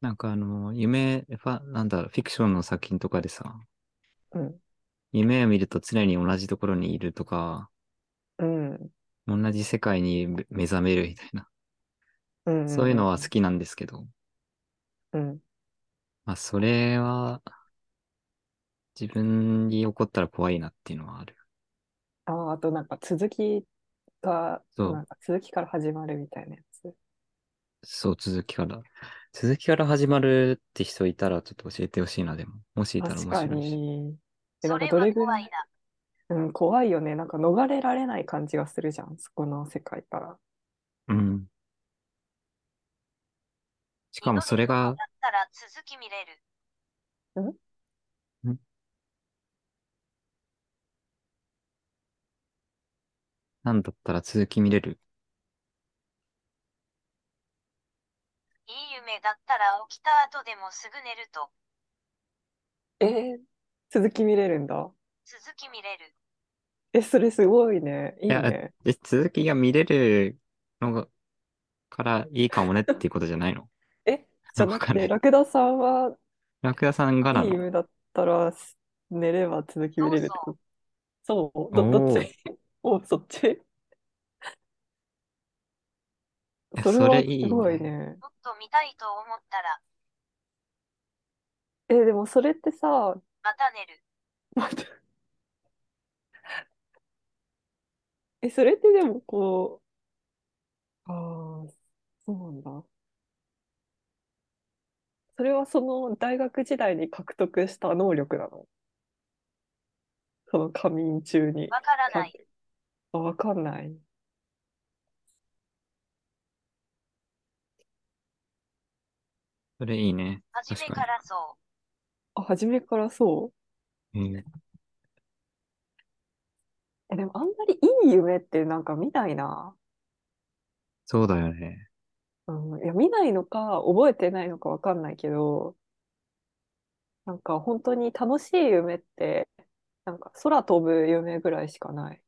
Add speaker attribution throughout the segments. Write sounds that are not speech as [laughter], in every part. Speaker 1: なんかあの、夢、ファ、なんだ、フィクションの作品とかでさ、
Speaker 2: うん。
Speaker 1: 夢を見ると常に同じところにいるとか、
Speaker 2: うん。
Speaker 1: 同じ世界に目目覚めるみたいな、
Speaker 2: う
Speaker 1: そういうの
Speaker 2: ん。う
Speaker 1: は好
Speaker 2: ん。
Speaker 1: きなんですけど、
Speaker 2: うん。
Speaker 1: まあ、それは自分に起こったら怖いなっていうのはある。
Speaker 2: ああー、あとなんか続きが、な
Speaker 1: そ
Speaker 2: んか続きから始まるみたいなやつ。
Speaker 1: う、そう、続きから。続きから始まるって人いたらちょっと教えてほしいな、でも。もしいたら
Speaker 2: 確
Speaker 1: 面
Speaker 2: か
Speaker 1: 白いし。
Speaker 2: に。え、な
Speaker 3: そ
Speaker 2: んか
Speaker 3: れ
Speaker 2: ど
Speaker 3: は
Speaker 2: れぐら
Speaker 3: 怖
Speaker 2: い、
Speaker 3: いな。
Speaker 2: うん、怖いよね。なんか逃れられない感じがするじゃん。そこの世界から。
Speaker 1: うん。し
Speaker 3: 緑
Speaker 1: かも
Speaker 3: 色
Speaker 1: それが、
Speaker 3: だったら続き見れる。
Speaker 2: うん
Speaker 1: んなんだったら続き見れる。
Speaker 3: いい夢だったら起きた後でもすぐ寝ると
Speaker 2: えー続き見れるんだ。
Speaker 3: 続き見れる。
Speaker 2: え、それすごいね。い
Speaker 1: い
Speaker 2: い
Speaker 1: や、
Speaker 2: ね。
Speaker 1: え、続きが見れるのが、からいいかもねっていうことじゃ
Speaker 2: [laughs]
Speaker 1: ないの
Speaker 2: え、じゃ
Speaker 1: わ
Speaker 2: なく
Speaker 1: かんな
Speaker 2: て、
Speaker 1: い。
Speaker 2: ラクダさんは、
Speaker 1: ラクダさんが
Speaker 2: い
Speaker 1: ないの
Speaker 2: 夢だったら、す寝れば続き見
Speaker 3: そう
Speaker 2: れるってこ
Speaker 3: そ
Speaker 2: と。そう、ど、どっ
Speaker 1: お
Speaker 2: ち [laughs]
Speaker 1: おー。
Speaker 2: お、そっち
Speaker 1: え、
Speaker 2: それ
Speaker 1: それ
Speaker 2: はいす
Speaker 1: い
Speaker 2: ごい
Speaker 1: ね。
Speaker 2: ね。
Speaker 3: う。もっと見たいと思ったら
Speaker 2: え、でもそれってさ、
Speaker 3: また寝る。
Speaker 2: 待って [laughs] え、それってでもこう、ああ、そうなんだ。それはその大学時代に獲得した能力なのその仮眠中に。
Speaker 3: わから
Speaker 2: か、
Speaker 3: ない。
Speaker 2: あ、わかんない。
Speaker 1: それいいね。
Speaker 3: 初
Speaker 1: 確か
Speaker 3: めか
Speaker 1: に。
Speaker 3: らそう。
Speaker 2: あ、初めからそう
Speaker 1: うん
Speaker 2: え、でもあんまりいい夢ってなんか見ないな。
Speaker 1: そうだよね。
Speaker 2: うん、いや、見ないのか、覚えてないのかわかんないけど、なんか本当に楽しい夢って、なんか空飛ぶ夢ぐらいしかない。
Speaker 1: い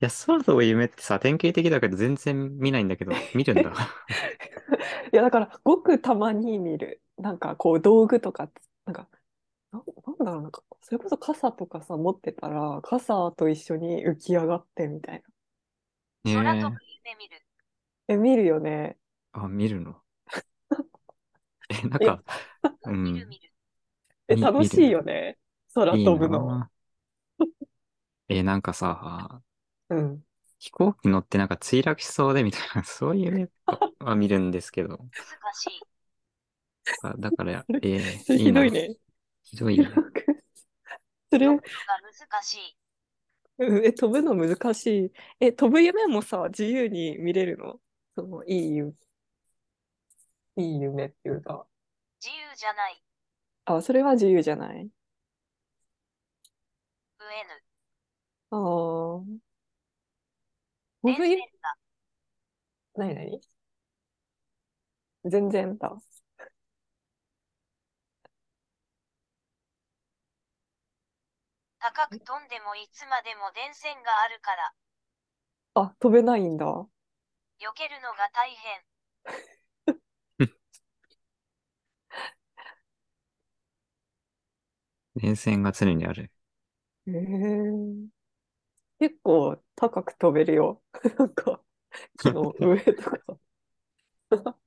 Speaker 1: や、空飛ぶ夢ってさ、典型的だけど全然見ないんだ
Speaker 2: [laughs]
Speaker 1: けど、見るんだ。
Speaker 2: いや、だから、ごくたまに見る。なんか、こう、道具とかつ、なんか、なん、なんだろう、なんか、それこそ傘とかさ、持ってたら、傘と一緒に浮き上がってみたいな。
Speaker 3: 空飛ぶ
Speaker 1: ねえ。
Speaker 3: 夢見る。
Speaker 2: え、見るよね。
Speaker 1: あ、見る
Speaker 2: [laughs]
Speaker 1: の。え、なん
Speaker 2: え、
Speaker 1: か、う
Speaker 3: 見る
Speaker 1: ん、
Speaker 3: 見る。
Speaker 2: え、
Speaker 1: み、
Speaker 2: 楽
Speaker 1: 見
Speaker 2: し
Speaker 1: る
Speaker 2: い
Speaker 1: ね。
Speaker 2: よね。空
Speaker 1: いい
Speaker 2: 飛ぶの。
Speaker 1: なぁ。 [laughs] え、なんかさ、
Speaker 2: うん。
Speaker 1: 飛行機乗ってなんか墜落しそうでみたいな、 [laughs] そういう夢は見るんですけど。
Speaker 3: 難しい。
Speaker 1: あ、だから、
Speaker 2: [laughs] それ、
Speaker 1: ええ
Speaker 2: それ
Speaker 1: いい
Speaker 2: ひどい
Speaker 1: な。
Speaker 2: ね。
Speaker 1: ひどい
Speaker 2: 広
Speaker 1: ね。
Speaker 2: く。 [laughs] それ
Speaker 3: 飛
Speaker 2: を、
Speaker 3: ぶのが難しい。
Speaker 2: うんえ、飛ぶの難しい。え、飛ぶ夢もさ、自由に見れるのその、いい夢、いい夢っていうか。
Speaker 3: 自由じゃない。
Speaker 2: あ、それは自由じゃない。
Speaker 3: 増えぬ。
Speaker 2: ああ、飛
Speaker 3: 全
Speaker 2: ぶ夢、
Speaker 3: 然だ。
Speaker 2: なになに全然だ。
Speaker 3: 高く飛んでもいつまでも電線があるから、
Speaker 2: あ、飛べないんだ。
Speaker 3: 避けるのが大変。
Speaker 1: 電線が常にある。
Speaker 2: へえ。結構高く飛べるよ。 [laughs] なんか、木の上とか。 [laughs]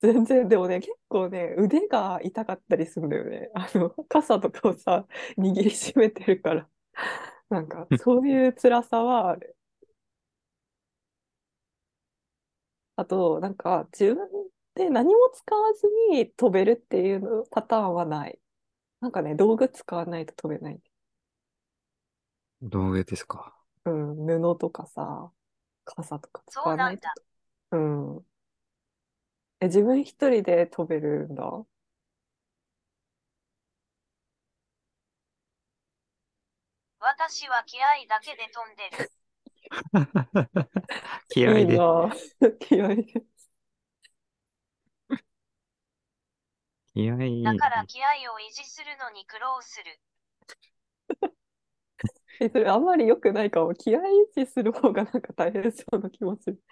Speaker 2: 全然、でもね、結構ね、腕が痛かったりするんだよね。あの、傘とかをさ、握りしめてるから。なんか、そういう辛さはある。あと、なんか、自分で何も使わずに飛べるっていうのパターンはない。なんかね、道具使わないと飛べない。
Speaker 1: 道具です [laughs] か。
Speaker 2: うん、布とかさ、傘とか使
Speaker 3: そう
Speaker 2: わ
Speaker 3: な
Speaker 2: なんい
Speaker 3: だ。
Speaker 2: と。うん。え、自分一人で飛べるんだ。
Speaker 3: 私は気合だけで飛んでる。
Speaker 1: 気合
Speaker 2: いい
Speaker 1: で、
Speaker 2: な [laughs] ぁ。気合いで。
Speaker 1: 気合
Speaker 3: だ
Speaker 1: い
Speaker 3: から
Speaker 1: い。
Speaker 3: 気合を維持するのに苦労する。
Speaker 2: え、それあんまり良くないかも。気合い維持する [laughs] 方がなんか大変そうな気もする。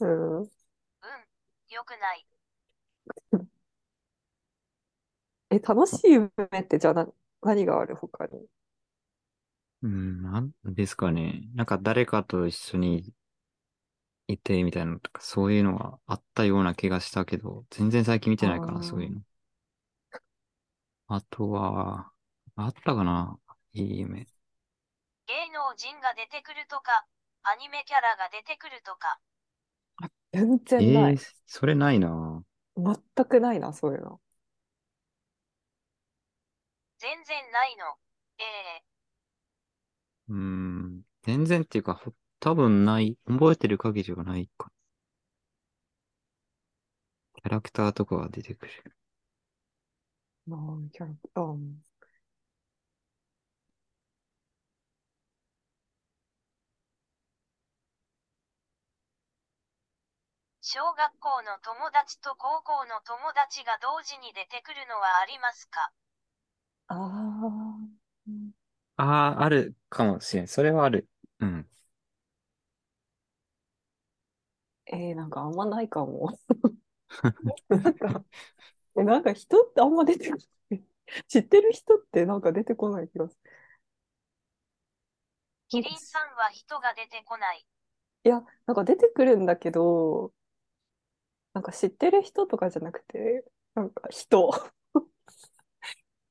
Speaker 2: うん。
Speaker 3: うん、良くない。
Speaker 2: え、楽しい夢ってじゃあな何がある他に。
Speaker 1: うん、なんですかね。なんか誰かと一緒にいてみたいなのとか、そういうのがあったような気がしたけど、全然最近見てないか
Speaker 2: あー
Speaker 1: な、そういうの。あとは、あったかな、いい夢。
Speaker 3: 芸能人が出てくるとか、アニメキャラが出てくるとか、
Speaker 2: 全
Speaker 1: え
Speaker 2: 然ない。
Speaker 1: ーそれないな。
Speaker 2: 全くないな、そういうの。
Speaker 3: 全然ないの。ええ
Speaker 1: うん、全然っていうか、ほ多分ない、覚えてる限りはないかな。キャラクターとかが出てくる。
Speaker 2: まあ、キャラクターも。
Speaker 3: 小学校の友達と高校の友達が同時に出てくるのはありますか
Speaker 2: ああ。
Speaker 1: ああ、あるかもしれん。それはある。 [laughs] うん。
Speaker 2: えー、なんかあんまないかも。なんか、え、なんか人ってあんま出てこない。知ってる人ってなんか出てこない気がす
Speaker 3: キリンさんは人が出てこない。
Speaker 2: る。いや、なんか出てくるんだけど、なんか知ってる人とかじゃなくて、なんか人、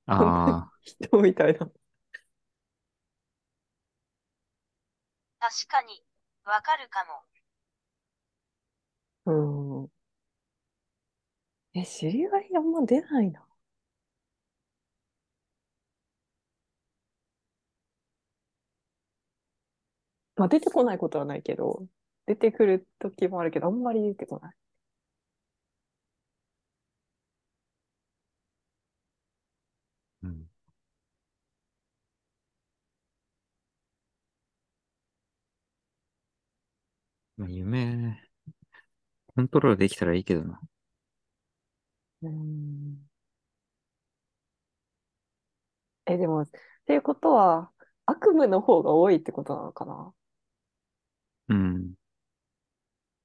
Speaker 1: ああ、
Speaker 2: 人みたいな。
Speaker 3: 確かに、わかるかも。
Speaker 2: うん。え、知り合いあんま出ないな。まあ、出てこないことはないけど、出てくる時もあるけど、あんまり出てこない。
Speaker 1: うん。まあ、夢、コントロールできたらいいけどな。
Speaker 2: うん。え、でも、っていうことは、悪夢の方が多いってことなのかな
Speaker 1: うん。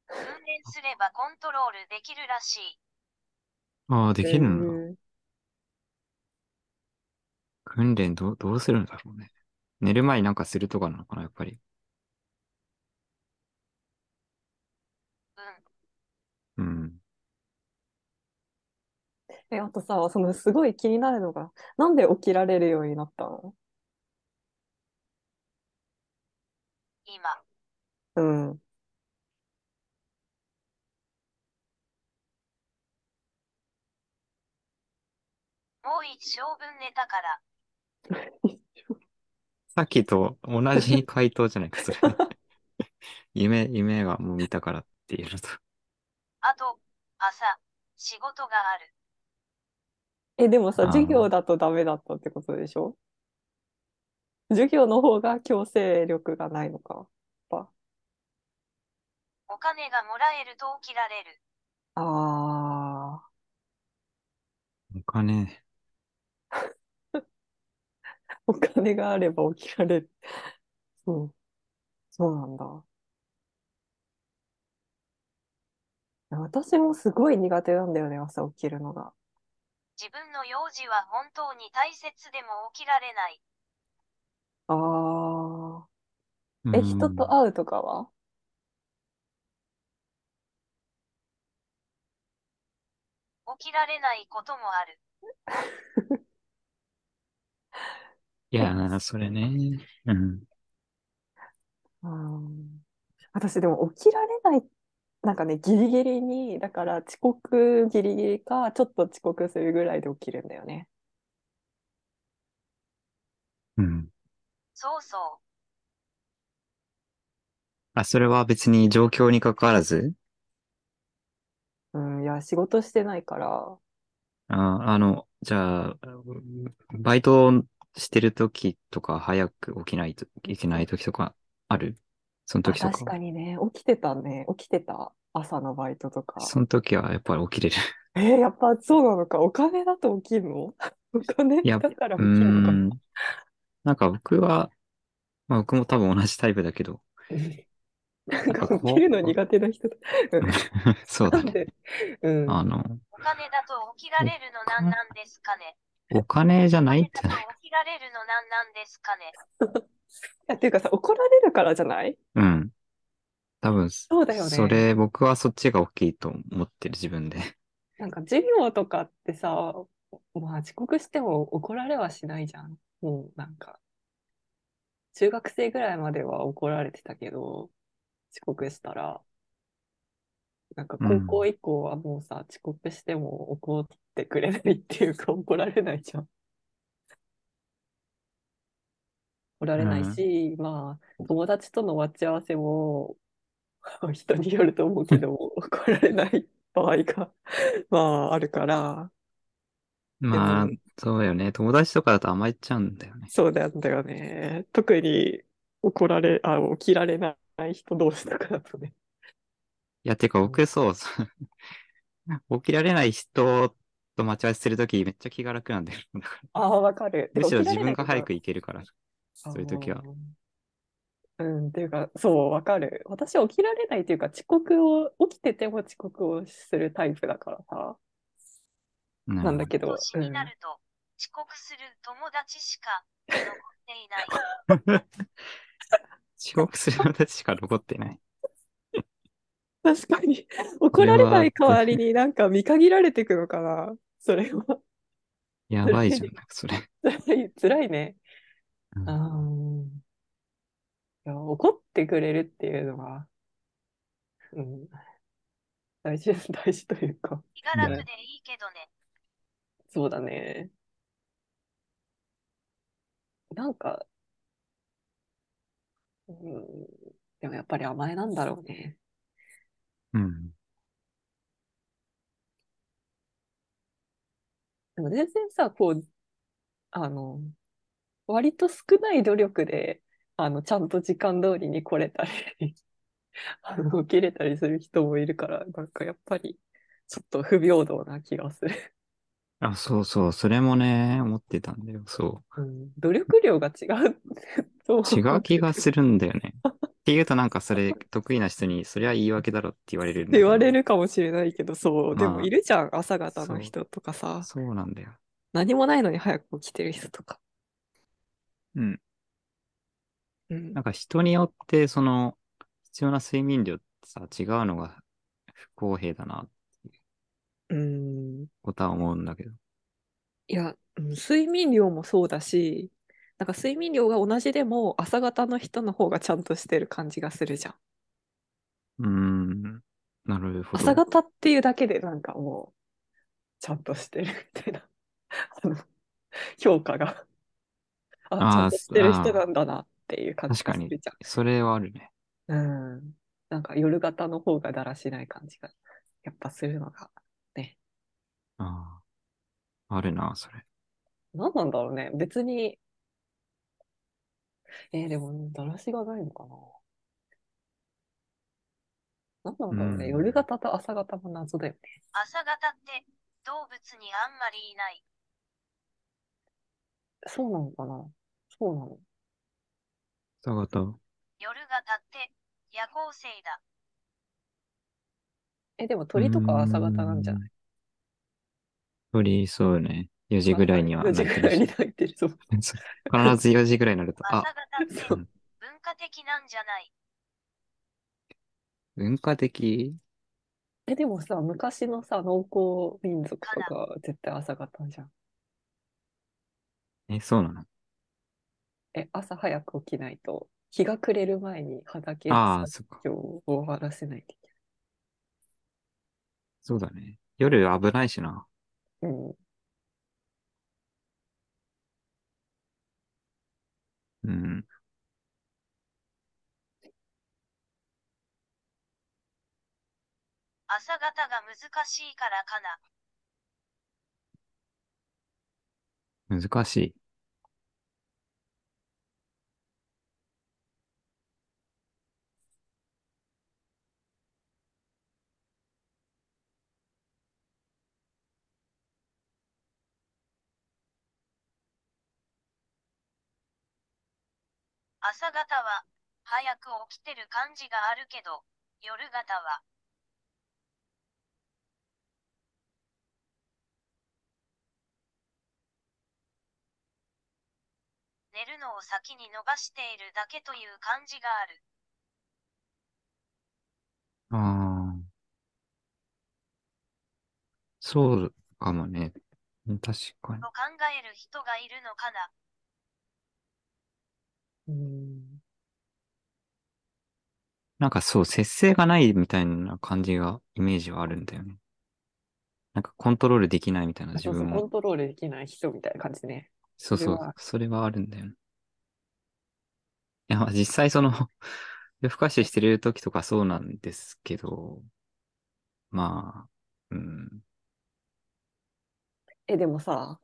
Speaker 3: 訓練すればコントロールできるらしい。
Speaker 1: ああ、できるんだ。
Speaker 2: うん
Speaker 1: 訓練どう、どうするんだろうね。寝る前になんかするとかなのかな、やっぱり。
Speaker 3: うん。
Speaker 1: うん。
Speaker 2: え、あとさ、そのすごい気になるのが、なんで起きられるようになったの
Speaker 3: 今、
Speaker 2: うん。
Speaker 3: もう一生分寝たから。
Speaker 1: さっきと同じ回答じゃないか、そ
Speaker 2: [laughs]
Speaker 1: れ。夢、夢がもう見たからっていうのと。
Speaker 3: あと、朝、仕事がある。
Speaker 2: え、でも
Speaker 1: あ
Speaker 2: さ、
Speaker 1: ー
Speaker 2: 授業だとダメだったってことでしょ授業の方が強制力がないのか。
Speaker 3: お金がもらえると起きられる。
Speaker 2: あ
Speaker 1: お金、
Speaker 2: あ、お金があれば起きられる。そう。そうなんだ。私もすごい苦手なんだよね、朝起きるのが。
Speaker 3: 自分の用事は本当に大切でも起きられない。
Speaker 2: あ
Speaker 1: う
Speaker 2: あ。え、
Speaker 1: ん
Speaker 2: 人と会うとかは
Speaker 3: 起きられないこともある。
Speaker 1: いやー、それね。うん。
Speaker 2: うん私でも起きられない、なんかね、ギリギリに、だから遅刻ギリギリか、ちょっと遅刻するぐらいで起きるんだよね。
Speaker 1: うん。
Speaker 3: そうそう。
Speaker 1: あ、それは別に状況に関わらず、
Speaker 2: うん、いや、仕事してないから、
Speaker 1: あ、あの、じゃあ、バイトしてる時とか早く起きないといけない時とかあるその
Speaker 2: あ
Speaker 1: 時とか
Speaker 2: 確かにね、起きてたね、起きてた、朝のバイトとか。
Speaker 1: その時はやっぱり起き
Speaker 2: [laughs]
Speaker 1: れる。
Speaker 2: えーやっぱそうなのか、お金だと起きるの [laughs] お金
Speaker 1: いや
Speaker 2: だから
Speaker 1: う
Speaker 2: 起
Speaker 1: ー
Speaker 2: きるのか。
Speaker 1: ん。なんか僕は、まあ僕も多分同じタイプだけど、
Speaker 2: な
Speaker 1: な
Speaker 2: ん [laughs]
Speaker 1: ん
Speaker 2: か
Speaker 1: かこう
Speaker 2: 起きるの苦手な人だ。うん
Speaker 1: そう
Speaker 2: な
Speaker 1: だ
Speaker 2: ん [laughs]
Speaker 1: ね。
Speaker 2: で、う
Speaker 1: [laughs]
Speaker 2: ん。
Speaker 1: あの、
Speaker 3: 金だと起きられるのなんなんですかね。
Speaker 1: お金じゃないんじゃ
Speaker 3: お金
Speaker 1: な
Speaker 3: だ
Speaker 1: い
Speaker 3: と起きられるのなんなんですかね。
Speaker 2: や、っていうかさ、怒られるからじゃない
Speaker 1: うん。多分、
Speaker 2: そうだよね
Speaker 1: それ、僕はそっちが大きいと思ってる自分で。
Speaker 2: [laughs] なんか授業とかってさ、まあ遅刻しても怒られはしないじゃん。もうなんか、中学生ぐらいまでは怒られてたけど、遅刻したら、なんか高校以降はもうさ、遅刻しても怒ってくれないっていうか怒られないじゃん。怒られないし、まあ友達との待ち合わせも [laughs] 人によると思うけど、怒られない場合がまあ、あるから、
Speaker 1: まあ
Speaker 2: で、
Speaker 1: そうよね。友達とかだと甘えちゃうんだよね。
Speaker 2: そうなんだよね。特に怒られ、あ、起きられない人同士とかだとね。
Speaker 1: いや、てか僕そう、 [laughs] そう起きられない人と待ち合わせするときめっちゃ気が楽なんだよ。 [laughs] だか
Speaker 2: [laughs] ああ、わかる。
Speaker 1: らむしろ自分が
Speaker 2: てか
Speaker 1: 早く行けるから、そういうときは。。
Speaker 2: あーうん、っていうか、そう、わかる。私起きられないっていうか、遅刻を、起きてても遅刻をするタイプだからさ、
Speaker 1: な
Speaker 2: なんだけど、
Speaker 3: 年
Speaker 2: う
Speaker 3: に
Speaker 2: ん
Speaker 3: なると、遅刻する友達しか残っていない。
Speaker 1: 遅刻する友達しか残って
Speaker 2: [laughs]
Speaker 1: ない。
Speaker 2: 確かに、 [laughs] 怒られない代わりになんか見限られていくのかな。それは。
Speaker 1: やばいじゃん、なんかそれ。
Speaker 2: 辛い、辛いね。
Speaker 1: うん
Speaker 2: あーいや、怒ってくれるっていうのが、うん、大事、 [laughs] 大事というか、
Speaker 3: 気が楽でいいけどね。
Speaker 2: そうだね。なんか、うん、でもやっぱり甘えなんだろうね。
Speaker 1: うん。
Speaker 2: でも全然さ、こう、あの、割と少ない努力で、あの、ちゃんと時間通りに来れたり、 [laughs] あの、起きれたりする人もいるから、なんかやっぱり、ちょっと不平等な気がする。
Speaker 1: あ、そうそう、それもね、思ってたんだよ。そ
Speaker 2: うん、努力量が違うと
Speaker 1: う。違う気がするんだよ
Speaker 2: [laughs]
Speaker 1: ね。っていうとなんかそれ、得意な人に、そりゃ言い訳だろって言われるんだけ
Speaker 2: 言
Speaker 1: ど
Speaker 2: われ。るかもしれないけど、そう、
Speaker 1: ま
Speaker 2: で
Speaker 1: あ
Speaker 2: もいるじゃん、朝方
Speaker 1: そう
Speaker 2: の人とかさ、
Speaker 1: そうなんだよ。
Speaker 2: 何もないのに早く起きてる人とか。
Speaker 1: うん。
Speaker 2: うん
Speaker 1: なんか人によって、その、必要な睡眠量ってさ、違うのが不公平だな、
Speaker 2: うん、
Speaker 1: ことは思うんだけど。
Speaker 2: いや、うん睡眠量もそうだし、なんか睡眠量が同じでも朝方の人の方がちゃんとしてる感じがするじゃん。
Speaker 1: うーん。なるほど。
Speaker 2: 朝方っていうだけでなんかもう、ちゃんとしてるみたいな、 [laughs] あの、評価が、あ、ち
Speaker 1: あー
Speaker 2: ゃんとしてる人なんだなっていう感じがするじゃん。
Speaker 1: それはあるね。
Speaker 2: うん。なんか夜型の方がだらしない感じが、やっぱするのが、
Speaker 1: ああ。あるな、それ。
Speaker 2: 何なんだろうね。別に、えーでも、だらしがないのかな。何なんだろうね。
Speaker 1: うん
Speaker 2: 夜型と朝型も謎だよね。
Speaker 3: 朝方って動物にあんまりいない。
Speaker 2: そうなのかな。そうなの。
Speaker 1: 朝方。
Speaker 3: 夜型って夜行性だ。
Speaker 2: え、でも鳥とかは朝型なんじゃない
Speaker 1: い鳥、そうよね。4時ぐらいには
Speaker 2: 4
Speaker 1: 泣
Speaker 2: 時
Speaker 1: いて
Speaker 2: ぐら
Speaker 1: る
Speaker 2: い
Speaker 1: し。
Speaker 2: に泣いてるぞ。
Speaker 1: [laughs] そう必ず4時ぐらいにな
Speaker 2: [laughs]
Speaker 1: ると、
Speaker 3: 朝
Speaker 1: あ、
Speaker 3: 方って
Speaker 2: そう
Speaker 1: うん
Speaker 3: 文化的なんじゃない。
Speaker 1: 文化的
Speaker 2: え、でもさ、昔のさ、農耕民族とか絶対朝型じゃん。
Speaker 1: え、そうなの
Speaker 2: え、朝早く起きないと、日が暮れる前に畑
Speaker 1: ああ、
Speaker 2: 作
Speaker 1: そっか。
Speaker 2: 業を終わらせないとい
Speaker 1: そうだね。夜危ないしな。
Speaker 2: けない。う
Speaker 1: う
Speaker 2: ん。
Speaker 1: ん。
Speaker 3: 朝方が難しいからかな。
Speaker 1: 難しい。
Speaker 3: 朝方は早く起きてる感じがあるけど、夜型は寝るのを先に逃しているだけという感じがある。
Speaker 1: ああ。そうかもね。確かに。
Speaker 3: と考える人がいるのかな。
Speaker 2: うん。
Speaker 1: なんかそう、節制がないみたいな感じが、イメージはあるんだよね。なんかコントロールできないみたいな自
Speaker 2: そうそう、
Speaker 1: 分
Speaker 2: コ
Speaker 1: を。
Speaker 2: ントロールできない人みたいな感じね。
Speaker 1: そうそ
Speaker 2: それ
Speaker 1: う
Speaker 2: は、
Speaker 1: それはあるんだよね。いや、まあ実際その、 [laughs] 夜更かししてる時とかそうなんですけど、まあ、うん。
Speaker 2: え、でもさ、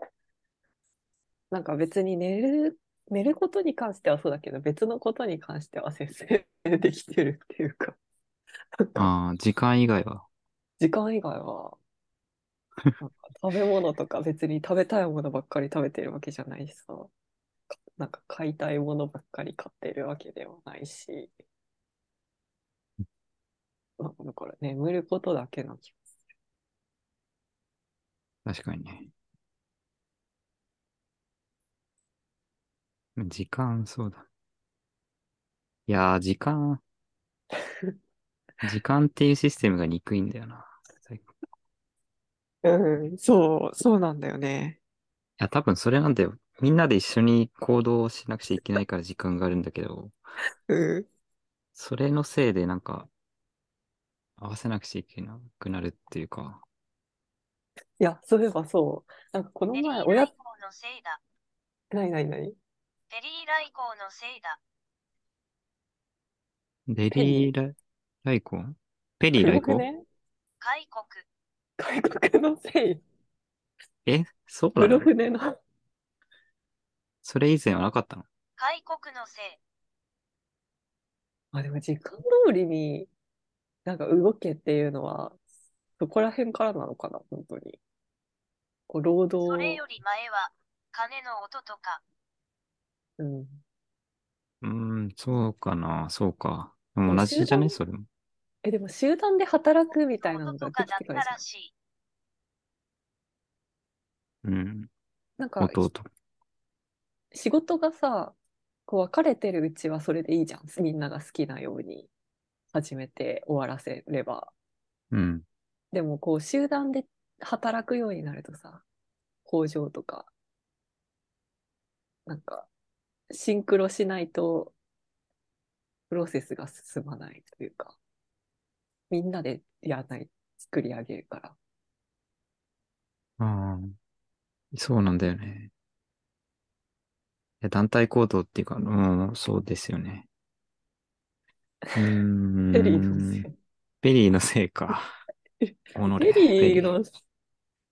Speaker 2: なんか別に寝る、寝ることに関してはそうだけど、別のことに関しては節制できてるっていうか、なんか
Speaker 1: ああ、時間以外は。
Speaker 2: 時間以外は、なんか食べ物とか別に食べたいものばっかり食べてるわけじゃないしさ、かなんか買いたいものばっかり買ってるわけではないし、なんかだから眠ることだけの気がする。
Speaker 1: 確かにね。時間、そうだ。いやー、時間。 [laughs] 時間っていうシステムが憎いんだよな。最近い
Speaker 2: うん、そう、そうなんだよね。
Speaker 1: や、多分それなんだよ。みんなで一緒に行動をしなくちゃいけないから時間があるんだけど、
Speaker 2: うん。
Speaker 1: それのせいでなんか、合わせなくちゃいけなくなるっていうか。
Speaker 2: いや、そういえばそう。なんかこの
Speaker 3: ペリ
Speaker 2: 前、
Speaker 3: ー
Speaker 2: 親
Speaker 3: 来、航のせいだ。
Speaker 2: なになになに
Speaker 3: ペリー来航のせいだ。
Speaker 1: デリーラ、ライコンペリーライ
Speaker 2: 黒
Speaker 1: コ
Speaker 2: く
Speaker 1: ン、
Speaker 2: ね
Speaker 3: 開国。
Speaker 2: 外国のせい。
Speaker 1: えそうな
Speaker 2: 黒
Speaker 1: の
Speaker 2: 船の。
Speaker 1: それ以前はなかったの
Speaker 3: 開国のせい。
Speaker 2: あ、でも時間通りになんか動けっていうのは、そこら辺からなのかな、本当に。こう、労
Speaker 3: そ
Speaker 2: 働
Speaker 3: れより前は、鐘の音とか、
Speaker 2: うん。
Speaker 1: うーん、そうかな、そうか。でも
Speaker 2: でも
Speaker 1: 同じじゃね
Speaker 2: 集団
Speaker 1: それも。
Speaker 2: え、でも集団で働くみたいな
Speaker 3: 音
Speaker 2: のが
Speaker 3: と
Speaker 2: で
Speaker 3: か
Speaker 2: き
Speaker 3: だ
Speaker 2: て
Speaker 3: った
Speaker 2: からじゃ
Speaker 3: ら
Speaker 2: ん。
Speaker 3: しい。
Speaker 1: うん、
Speaker 2: なんか、
Speaker 1: 弟。
Speaker 2: 仕事がさ、こう分かれてるうちはそれでいいじゃん。みんなが好きなように始めて終わらせれば。
Speaker 1: うん。
Speaker 2: でもこう集団で働くようになるとさ、工場とか、なんかシンクロしないとプロセスが進まないというか、みんなでやらない、作り上げるから。
Speaker 1: ああ、そうなんだよね。いや団体行動っていうか、うん、そうですよ
Speaker 2: [laughs]
Speaker 1: ね。うーん。
Speaker 2: ペリーのせい。
Speaker 1: ペリーのせい
Speaker 2: [laughs]
Speaker 1: か。おのれ
Speaker 2: ペリ
Speaker 1: ペ
Speaker 2: ーの、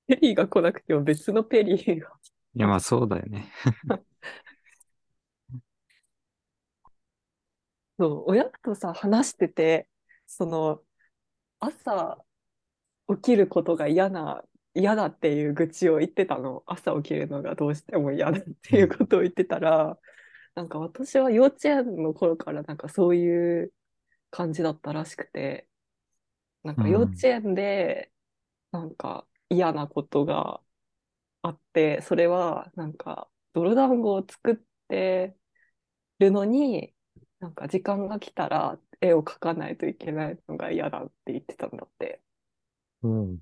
Speaker 2: ペリーが来なくても別のペリーが。
Speaker 1: いや、まあそうだよね。
Speaker 2: そう、親とさ、話してて、その、朝起きることが嫌な、嫌だっていう愚痴を言ってたの。朝起きるのがどうしても嫌だっていうことを言ってたら、なんか私は幼稚園の頃からなんかそういう感じだったらしくて、なんか幼稚園でなんか嫌なことがあって、それはなんか泥団子を作ってるのに、なんか時間が来たら絵を描かないといけないのが嫌だって言ってたんだって。
Speaker 1: うん。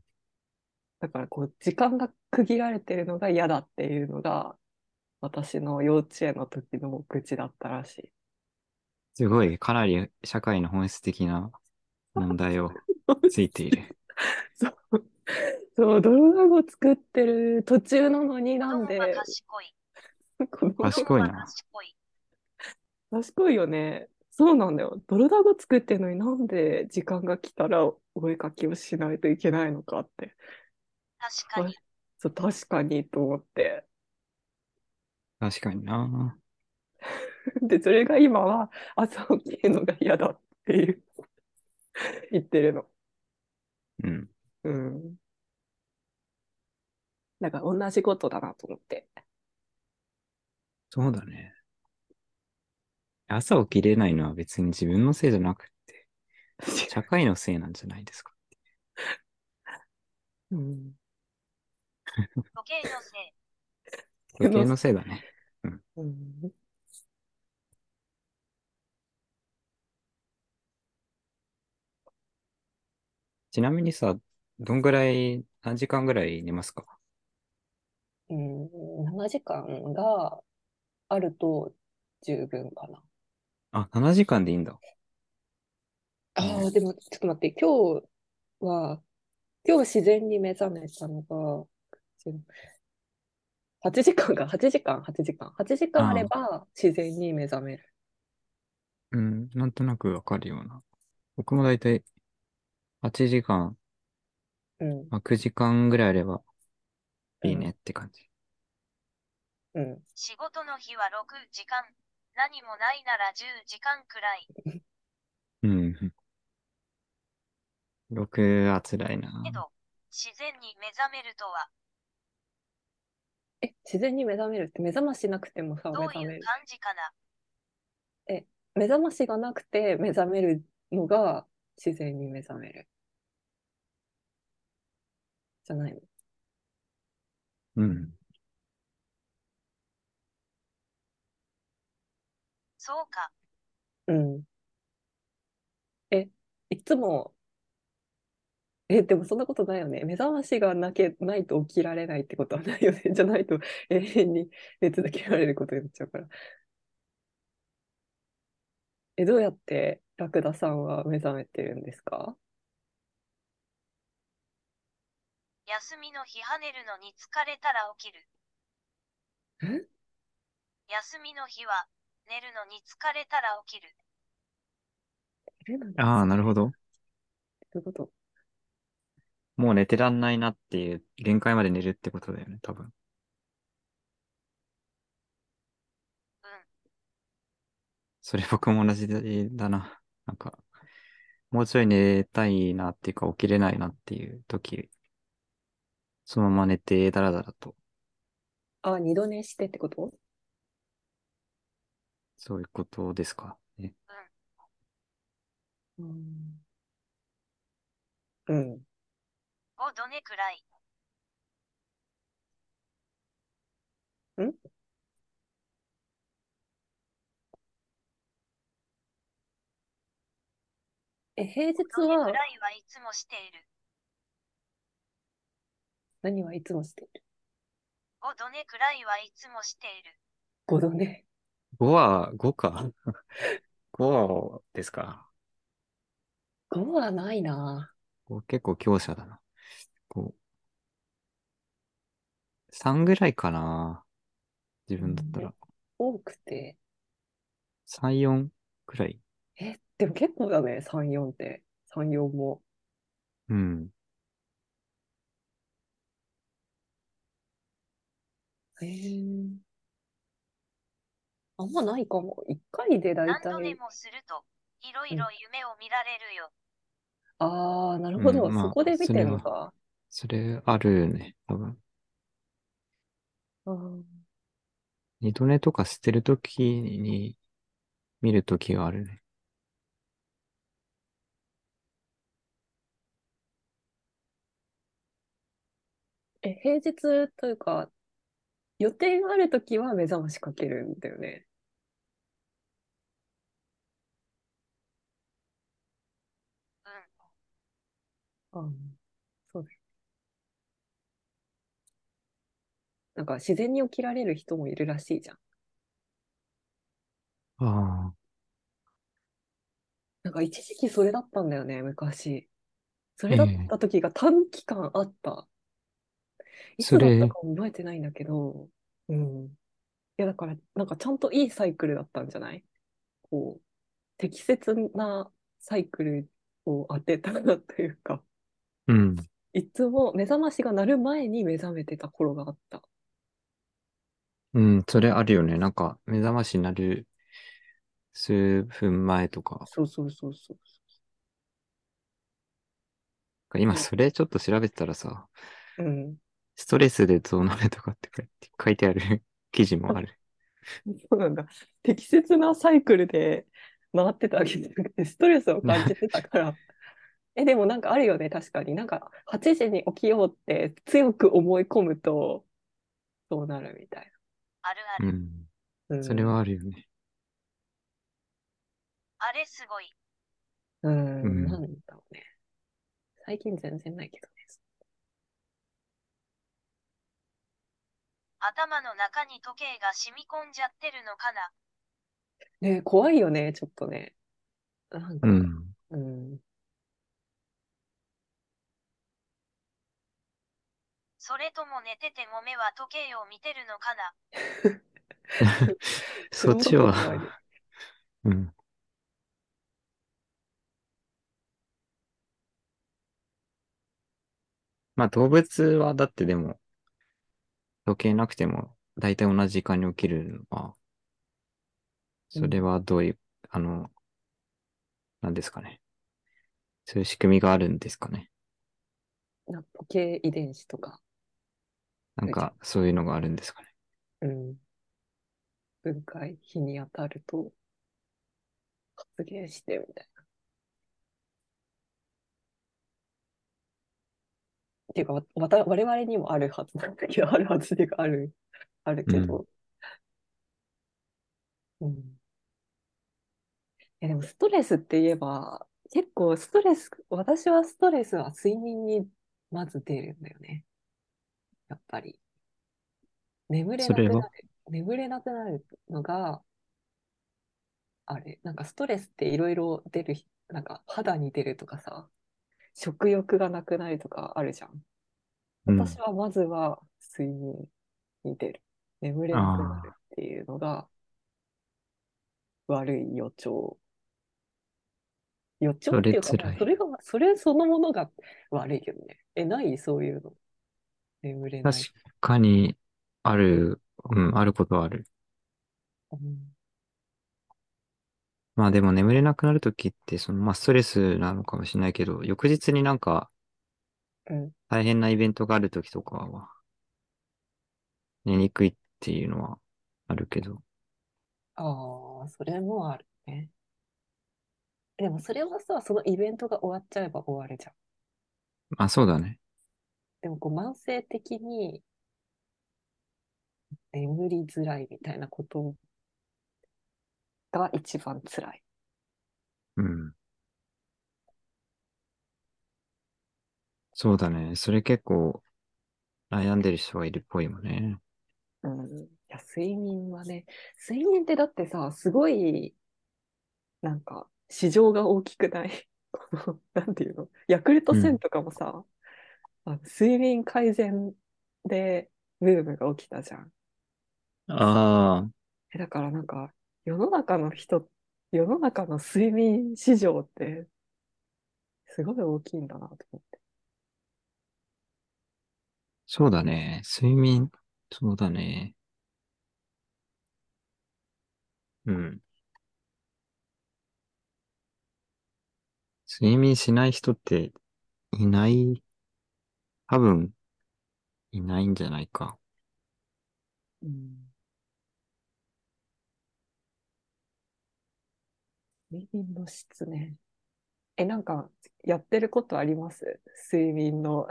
Speaker 2: だからこう時間が区切られてるのが嫌だっていうのが私の幼稚園の時の愚痴だったらしい。
Speaker 1: すごい、かなり社会の本質的な問題 [laughs] をついている。
Speaker 2: そう、そう、泥団子作ってる途中なのに
Speaker 3: 子
Speaker 2: なん
Speaker 3: 供
Speaker 2: で
Speaker 3: は賢い。
Speaker 2: こ [laughs] の
Speaker 1: 賢いな
Speaker 3: 子供は賢い。
Speaker 2: 賢いよね。そうなんだよ。泥団子作ってるのになんで時間が来たらお絵描きをしないといけないのかって。
Speaker 3: 確かに。
Speaker 2: そう、確かにと思って。 [laughs]
Speaker 1: 確かにな。
Speaker 2: で、それが今は朝起きるのが嫌だっていう言ってるの。
Speaker 1: うん。
Speaker 2: うん。だから同じことだなと思って。
Speaker 1: そうだね。朝起きれないのは別に自分のせいじゃなくて、 [laughs] 社会のせいなんじゃないですか。
Speaker 2: うん。
Speaker 3: 時計のせい。
Speaker 1: [laughs] 時計のせいだね。
Speaker 2: うん
Speaker 1: ちなみにさ、どんぐらい、何時間ぐらい寝ますか
Speaker 2: うん、7時間があると十分かな。
Speaker 1: あ、7時間でいいんだ。
Speaker 2: ああ、でもちょっと待って、今日は、今日自然に目覚めたのが、8時間が、8時間、8時間。8時間あれば自然に目覚める。
Speaker 1: うん、なんとなくわかるような。僕もだいたい8時間、
Speaker 2: うん、
Speaker 1: まあ、9時間ぐらいあればいいねって感じ。
Speaker 2: うん。
Speaker 3: 仕事の日は6時間。何もないなら10時間くらい。
Speaker 1: うん。6は辛いな。
Speaker 3: けど、自然に目覚めるとは、
Speaker 2: え、自然に目覚めるって目覚ましなくてもさ、目
Speaker 3: どう
Speaker 2: 覚
Speaker 3: い
Speaker 2: め
Speaker 3: う
Speaker 2: る。
Speaker 3: 感じかな。
Speaker 2: 目覚ましがなくて目覚めるのが自然に目覚める。じゃないの
Speaker 1: うん。
Speaker 3: そうか。
Speaker 2: うん。え、いつも、え、でもそんなことないよね。目覚ましがなけ、ないと起きられないってことはないよね。 [laughs] じゃないと永遠に [laughs] 寝続けられることになっちゃうから。え、どうやってラクダさんは目覚めてるんですか
Speaker 3: 休みの日跳ねるのに疲れたら起きる。
Speaker 2: え
Speaker 3: 休みの日は、寝るのに疲れたら起きる。
Speaker 1: ああ、なるほど。
Speaker 2: ど。そういうこと。
Speaker 1: もう寝てらんないなっていう、限界まで寝るってことだよね、多分。それ僕も同じだな。なんか、もうちょい寝たいなっていうか、起きれないなっていう時、そのまま寝て、だらだらと、
Speaker 2: あ、二度寝してってこと
Speaker 1: そういうことですかね。
Speaker 2: うん。うん。
Speaker 3: 5度寝くらい。
Speaker 2: え、平日
Speaker 3: 5度寝
Speaker 2: は
Speaker 3: くらいはいつもしている。
Speaker 2: 何はいつもしてる
Speaker 3: 5度寝くらいはいつもしている。
Speaker 2: ?5 度寝。
Speaker 1: 5は、5か [laughs] ?5 ですか
Speaker 2: 5はないな。
Speaker 1: 五結構強者だな。こう。3ぐらいかな。自分だったら。
Speaker 2: 多くて。
Speaker 1: 3、4くらい。
Speaker 2: え、でも結構だね、3、4って。3、4も。
Speaker 1: うん。
Speaker 2: へえ。あんまないかも。1回で大
Speaker 3: 何度
Speaker 2: 体
Speaker 3: 寝。もすると、いろいろ夢を見られるよ。
Speaker 2: ああ、なるほど。
Speaker 1: うんまあ
Speaker 2: そこで見てるの
Speaker 1: それ
Speaker 2: か。
Speaker 1: それあるよね、多分。
Speaker 2: うん
Speaker 1: 二度寝とかしてるときに見るときがあるね。
Speaker 2: え、平日というか、予定があるときは目覚ましかけるんだよね。うん。そうだよねなんか自然に起きられる人もいるらしいじゃん。
Speaker 1: ああ。
Speaker 2: なんか一時期それだったんだよね、昔。それだ
Speaker 1: え
Speaker 2: っ
Speaker 1: え
Speaker 2: た時が短期間あった。いつ
Speaker 1: そ
Speaker 2: だ
Speaker 1: れ
Speaker 2: ったか覚えてないんだけど、うん。いや、だから、なんかちゃんといいサイクルだったんじゃないこう、適切なサイクルを当てたなというか、
Speaker 1: うん。
Speaker 2: いつも目覚ましが鳴る前に目覚めてた頃があった。
Speaker 1: うん、それあるよね。なんか、目覚ましになる数分前とか。
Speaker 2: そうそうそうそう。
Speaker 1: 今、それちょっと調べてたらさ、
Speaker 2: うん。
Speaker 1: ストレスでゾウの目とかって書いて [laughs] 書いてある記事もある。
Speaker 2: そうなんだ。適切なサイクルで回ってたわけじゃなくて、ストレスを感じてたから。 [laughs] え、でもなんかあるよね、確かに。なんか8時に起きようって強く思い込むと、そうなるみたい
Speaker 3: あるあ
Speaker 1: う
Speaker 3: る。
Speaker 1: ん。
Speaker 2: な。うん
Speaker 1: それ。はあるよね。
Speaker 3: あれすごい。
Speaker 2: うん、
Speaker 1: うん
Speaker 2: なんだろうね。最近全然ないけどね。
Speaker 3: 頭の中に時計が染み込んじゃってるのかな。
Speaker 2: ね怖いよね、ちょっとね。なんか、
Speaker 1: うん。
Speaker 2: うん。
Speaker 3: それとも寝てても目は時計を見てるのかな。
Speaker 1: そっちは
Speaker 2: そんなことないよ、
Speaker 1: うん。まあ動物はだってでも、時計なくても大体同じ時間に起きるのは、それはどういう、あの、なんですかね。そういう仕組みがあるんですかね。
Speaker 2: なんか時計遺伝子とか、
Speaker 1: なんかそういうのがあるんですかね。
Speaker 2: うん。分解、日に当たると、発現してみたいな。っていうか、わわた我々にもあるはずなんだけど、あ [laughs] るはずっていうか、ある、あるけど。うん。いや、でもストレスって言えば、結構ストレス、私はストレスは睡眠にまず出るんだよね。やっぱり。眠れ
Speaker 1: そ
Speaker 2: なく
Speaker 1: れ
Speaker 2: な
Speaker 1: は
Speaker 2: る。眠れなくなるのが、あれ、なんかストレスっていろいろ出る、なんか肌に出るとかさ、食欲がなくなるとかあるじゃん。
Speaker 1: うん。
Speaker 2: 私はまずは睡眠に出る。眠れなくなるっていうのが悪い予兆。予兆っていうか、
Speaker 1: それ辛い
Speaker 2: まあそれが、それそのものが悪いけどね。え、ないそういうの。眠れない。
Speaker 1: 確かに、ある、うん、あることはある。
Speaker 2: うん
Speaker 1: まあでも眠れなくなるときって、その、まあストレスなのかもしれないけど、翌日になんか
Speaker 2: うん、
Speaker 1: 大変なイベントがあるときとかは、寝にくいっていうのはあるけど。
Speaker 2: ああ、それもあるね。でもそれはさ、そのイベントが終わっちゃえば終わるじゃん。
Speaker 1: まあそうだね。
Speaker 2: でもこう慢性的に眠りづらいみたいなことが一番辛い。
Speaker 1: うん。そうだね。それ結構悩んでる人はいるっぽいもんね。
Speaker 2: うん、いや睡眠はね、睡眠ってだってさ、すごい、なんか、市場が大きくない [laughs] このなんていうのヤクルト1000とかもさ、あの睡眠改善でブームが起きたじゃん。
Speaker 1: ああ。
Speaker 2: えだからなんか、世の中の人、世の中の睡眠市場って、すごい大きいんだなと思って。
Speaker 1: そうだね。睡眠、そうだね。うん。睡眠しない人っていない、多分、いないんじゃないか。
Speaker 2: 睡眠の質ね。
Speaker 4: え、なんか、やってることあります睡眠の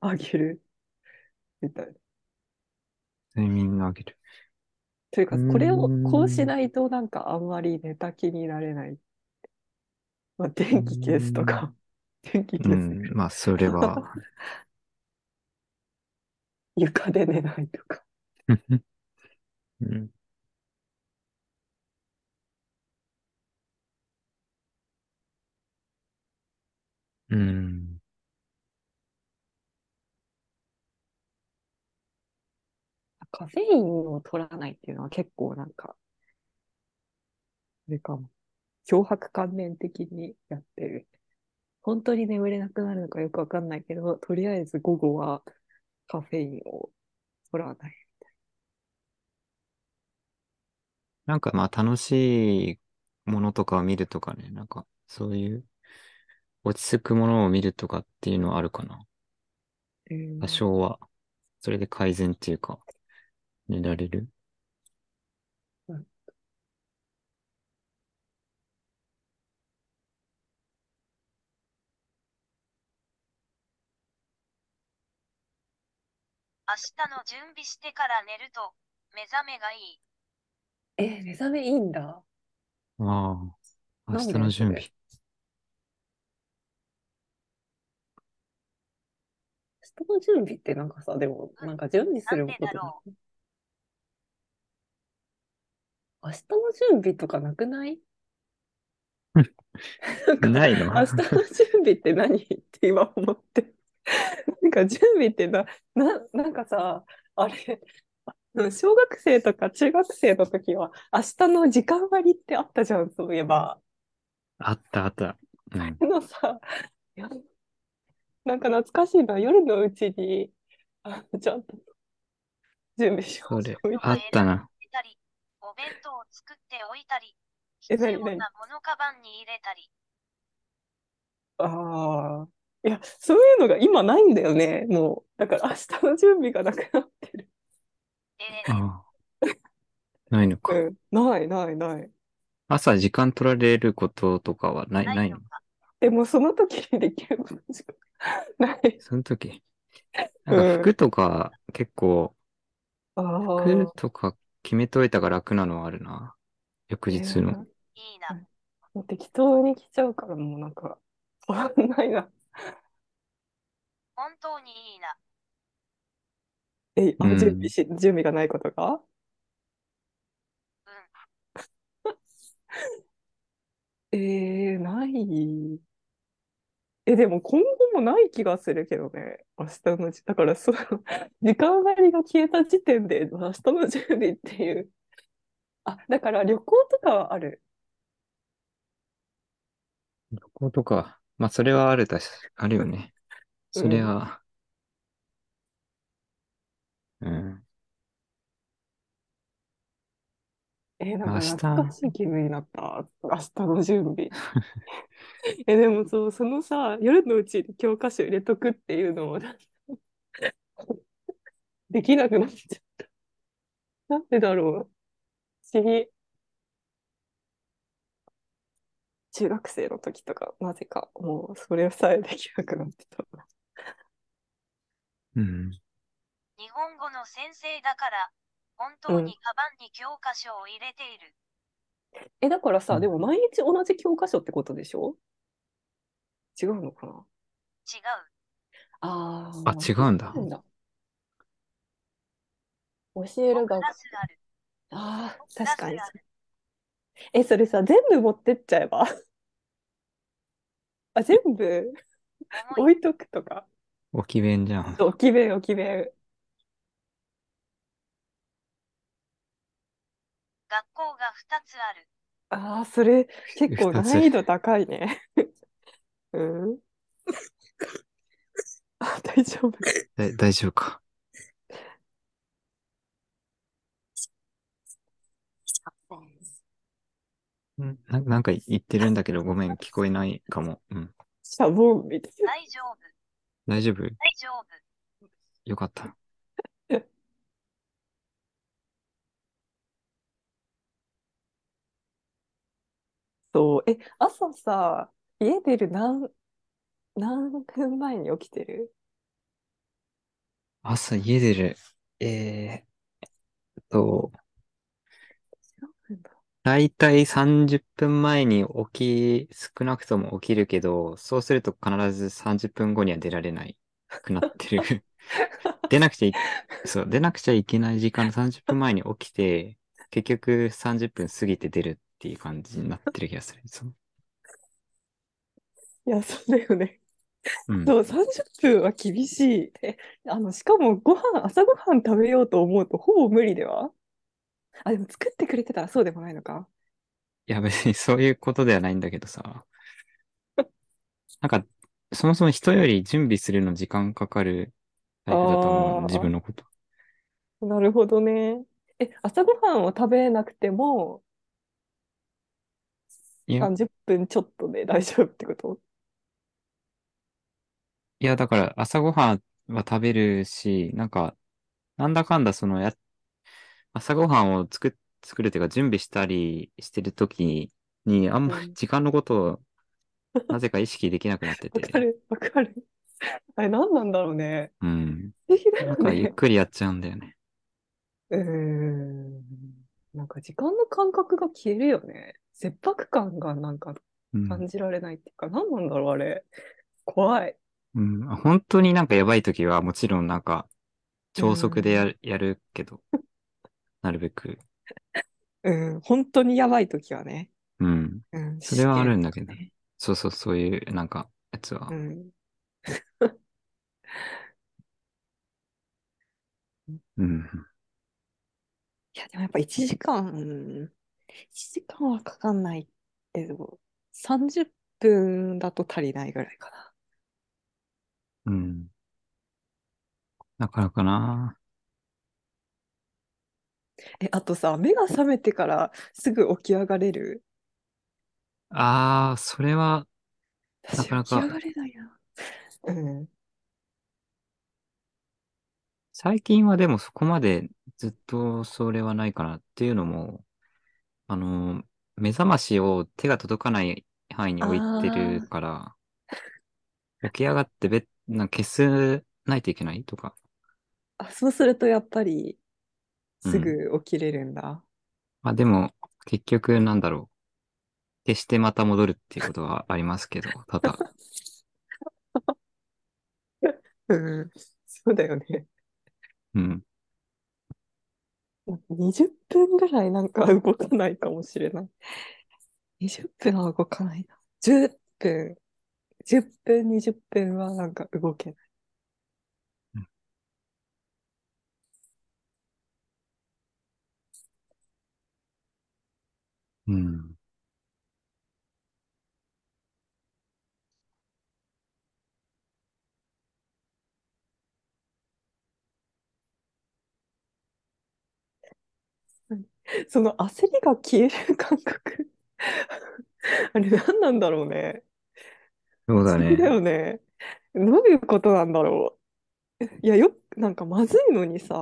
Speaker 4: あげるみたいな。
Speaker 1: 睡眠のあげる。
Speaker 4: というか、これを
Speaker 1: うーん
Speaker 4: こうしないと、なんかあんまり寝た気になれない。まあ、電気消すとか、 [laughs] 電気
Speaker 1: う
Speaker 4: 消す。
Speaker 1: [laughs] ん。まあ、それは。
Speaker 2: 床で寝ないとか。
Speaker 1: [laughs] うん。うん。
Speaker 2: カフェインを取らないっていうのは結構なんか、あれかも。脅迫観念的にやってる。本当に眠れなくなるのかよくわかんないけど、とりあえず午後はカフェインを取らない。
Speaker 1: なんかまあ楽しいものとかを見るとかね、なんかそういう落ち着くものを見るとかっていうのはあるかな。多少は。それで改善っていうか、寝られる。
Speaker 3: 明日の準備してから寝ると、目覚めがいい。
Speaker 2: えー、目覚めいいんだ。
Speaker 1: ああ、明
Speaker 2: なん
Speaker 1: 日
Speaker 2: で
Speaker 1: の準備。
Speaker 2: 人の準備ってなんかさ、でも、なんか準備すること
Speaker 3: なんでだろ
Speaker 2: で明日の準備とかなくないなんか
Speaker 1: ないの
Speaker 2: 明日の準備って何 [laughs] って今思って。なんか準備ってな、な、なんかさ、あれ、うん小学生とか中学生の時は、明日の時間割ってあったじゃん、そういえば。
Speaker 1: あったあった。うん。
Speaker 2: のさ、いやなんか懐かしいな、夜のうちに、あのちゃんと準備しよ。
Speaker 1: そうれ
Speaker 2: そういう、
Speaker 1: あったな。
Speaker 3: 入れたり、お弁当を作っておいたり、
Speaker 2: え
Speaker 3: 必
Speaker 2: 何
Speaker 3: 要なものカバンに入れたり、
Speaker 2: ああ。いや、そういうのが今ないんだよね、もう。だから明日の準備がなくなってる。
Speaker 3: えー、
Speaker 1: ああないのか。
Speaker 2: うん、ないないない。
Speaker 1: 朝時間取られることとかはない、ないの
Speaker 3: か。
Speaker 2: でもその時にできることしかない。
Speaker 1: その
Speaker 2: [laughs]
Speaker 1: 時。なんか服とか結構、
Speaker 2: ああ。
Speaker 1: 服とか決めといたが楽なのはあるな。翌日の。
Speaker 3: いいな。
Speaker 2: もう適当に着ちゃうからもうなんか、 [laughs] 変わんないな。
Speaker 3: 本当にいいな。
Speaker 2: え、あ、
Speaker 1: うん
Speaker 2: 準備し、準備がないことが
Speaker 3: うん。
Speaker 2: えー、ない。え、でも今後もない気がするけどね。明日のじ、だからその、 [laughs] 時間割が消えた時点で、明日の準備っていう。あ、だから旅行とかはある。
Speaker 1: 旅行とか。まあ、それはあるだし、あるよね。
Speaker 2: うん
Speaker 1: それは。うん。
Speaker 2: えー、な
Speaker 1: 明
Speaker 2: んか
Speaker 1: 日
Speaker 2: 懐かしい気分になった。明日の準備。 [laughs] え、でもそう、そのさ、夜のうちに教科書入れとくっていうのも、なんか [laughs] できなくなっちゃった。なんでだろう。不思議。中学生の時とか、なぜか、もう、それさえできなくなってた。
Speaker 1: うん。
Speaker 3: 日本語の先生だから、本当にカバンに教科書を入れている。
Speaker 2: え、だから
Speaker 1: う
Speaker 2: さ、
Speaker 1: ん
Speaker 2: でも毎日同じ教科書ってことでしょ違うのかな
Speaker 3: 違う。
Speaker 2: あ
Speaker 1: あ、違うんだ
Speaker 2: う。んだ。教える
Speaker 3: ク
Speaker 2: が、
Speaker 3: ラスある。
Speaker 2: ああ、
Speaker 3: クラス
Speaker 2: 確
Speaker 3: あ
Speaker 2: かに
Speaker 3: る。。
Speaker 2: え、それさ、全部持ってっちゃえば [laughs] あ、全部
Speaker 3: 重
Speaker 2: 置
Speaker 3: い。
Speaker 2: いとくとか。
Speaker 1: 置き弁じゃん。
Speaker 2: 置き弁、置き弁。
Speaker 3: 学校が2つある。
Speaker 2: ああ、それ、結構
Speaker 1: 二つ
Speaker 2: 難易度高いね。 [laughs] うん。 [laughs] あ、大丈夫。
Speaker 1: だ大丈夫
Speaker 2: [laughs]
Speaker 1: か。うんななんか言ってるんだけど、ごめん、聞こえないかも。うん。
Speaker 2: シャボンみたいな。
Speaker 3: 大丈夫。
Speaker 1: 大丈夫
Speaker 3: 大丈夫。
Speaker 1: よかった。
Speaker 2: そう。え、朝さ、家出る何、何分前に起きてる
Speaker 1: 朝家出る。えーっと、だいたい30分前に起き、少なくとも起きるけど、そうすると必ず30分後には出られないくなってる。出なくちゃい、そう、出なくちゃいけない時間の30分前に起きて、結局30分過ぎて出るっていう感じになってる気がする。そう
Speaker 2: いや、そうだよね。
Speaker 1: うん。
Speaker 2: そう、30分は厳しい。え、あの、しかもご飯、朝ごはん食べようと思うとほぼ無理ではあ、でも作ってくれてたらそうでもないのか。
Speaker 1: いや、別にそういうことではないんだけどさ。なんか、そもそも人より準備するの時間かかるタイプだと思う、
Speaker 2: あー
Speaker 1: 自分のこと。
Speaker 2: なるほどね。え、朝ごはんを食べなくても
Speaker 1: いや、
Speaker 2: 30分ちょっとで [laughs] 大丈夫ってこと
Speaker 1: いや、だから朝ごはんは食べるし、なんか、なんだかんだそのや、朝ごはんを作っ、作るというか準備したりしてるときに、あんま
Speaker 2: うん
Speaker 1: 時間の
Speaker 2: [laughs]
Speaker 1: ことをなぜか意識できなくなって
Speaker 2: わか
Speaker 1: て。
Speaker 2: る、わかる。あれ、何なんだろうね。
Speaker 1: うん。
Speaker 2: 不思議だ
Speaker 1: な
Speaker 2: よ
Speaker 1: んかゆっ
Speaker 2: ね。
Speaker 1: くりやっちゃうんだよね。
Speaker 2: うーん。なんか時間の感覚が消えるよね。切迫感がなんか
Speaker 1: うん。
Speaker 2: 感じられないっていうか、何なんだろう、あれ。怖い。
Speaker 1: うん、本当になんかやばい時は、もちろんなんか、超速でやる,、やるけど、なるべく。
Speaker 2: うん、本当にやばい時はね。
Speaker 1: うん。
Speaker 2: うん、
Speaker 1: それはあるんだけど
Speaker 2: 試験
Speaker 1: そうそう、そういう、なんか、やつは
Speaker 2: とか。ね。
Speaker 1: うん。
Speaker 2: いや、でもやっぱ1時間、1時間はかかんないけど、30分だと足りないぐらいかな。
Speaker 1: うん。だからかな。
Speaker 2: え、あとさ、目が覚めてからすぐ起き上がれる
Speaker 1: ああ、それは、な
Speaker 2: 私
Speaker 1: かな
Speaker 2: 起き
Speaker 1: か
Speaker 2: 上がれないな。うん。
Speaker 1: 最近はでもそこまでずっとそれはないかなっていうのも、あの、目覚ましを手が届かない範囲に置いてるから、起き上がってべなんか消すないといけないとか。
Speaker 2: あ、そうするとやっぱり、
Speaker 1: うん
Speaker 2: すぐ起きれるんだ。
Speaker 1: まあでも、結局なんだろう。消してまた戻るっていうことはあります
Speaker 2: [laughs]
Speaker 1: けど、ただ。
Speaker 2: うん。そうだよね。
Speaker 1: うん。
Speaker 2: 20分ぐらいなんか動かないかもしれない。20分は動かないな。10分、10分、20分はなんか動けない。
Speaker 1: うん。
Speaker 2: その焦りが消える感覚 [laughs] あれ何なんだろうね。
Speaker 1: そうだ
Speaker 2: 不思議だ
Speaker 1: ね。
Speaker 2: よね。どういうことなんだろう。いや、よく、なんかまずいのにさ、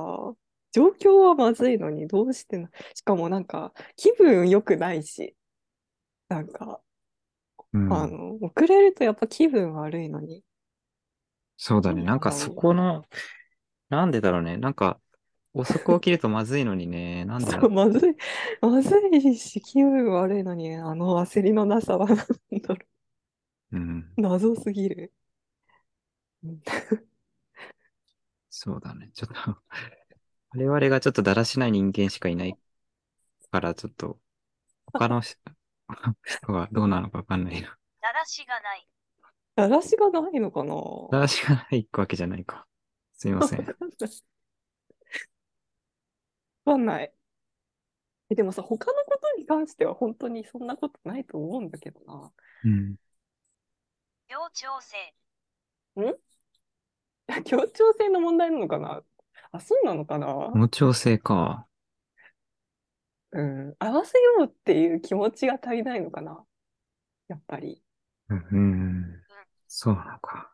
Speaker 2: 状況はまずいのにどうしてな、しかもなんか気分良くないし、なんか、
Speaker 1: うん、
Speaker 2: あの、遅れるとやっぱ気分悪いのに。
Speaker 1: そうだね。
Speaker 2: な
Speaker 1: なんん
Speaker 2: か
Speaker 1: かそこの、なんでだろうね。なんか、遅く起きるとまずいのにね。なんだ
Speaker 2: そ
Speaker 1: ろ
Speaker 2: う、まずい、まずいし、気分悪いのに、あの焦りのなさは、なんだろ
Speaker 1: う。うん。
Speaker 2: う、 [laughs] 謎すぎる。うん
Speaker 1: そうだね。ちょっと、我々がちょっとだらしない人間しかいないから、ちょっと、他のし人はどうなのかわかんないな。
Speaker 3: だらしがない。
Speaker 2: だらしがないのかな
Speaker 1: だらしがないわけじゃないか。すいませ
Speaker 2: わ
Speaker 1: ん。
Speaker 2: [laughs] かんない。わかんない。えでもさ、他のことに関しては本当にそんなことないと思うんだけどな。
Speaker 1: うん。
Speaker 3: 協調性。
Speaker 2: 協調性の問題なのかなあ、そうなのかな
Speaker 1: 無調整か。
Speaker 2: うん。合わせようっていう気持ちが足りないのかなやっぱり。
Speaker 1: うんうん。そうなのか。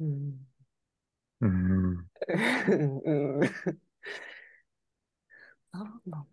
Speaker 2: うん。
Speaker 1: うん。
Speaker 2: [laughs] うん。なんなんだろ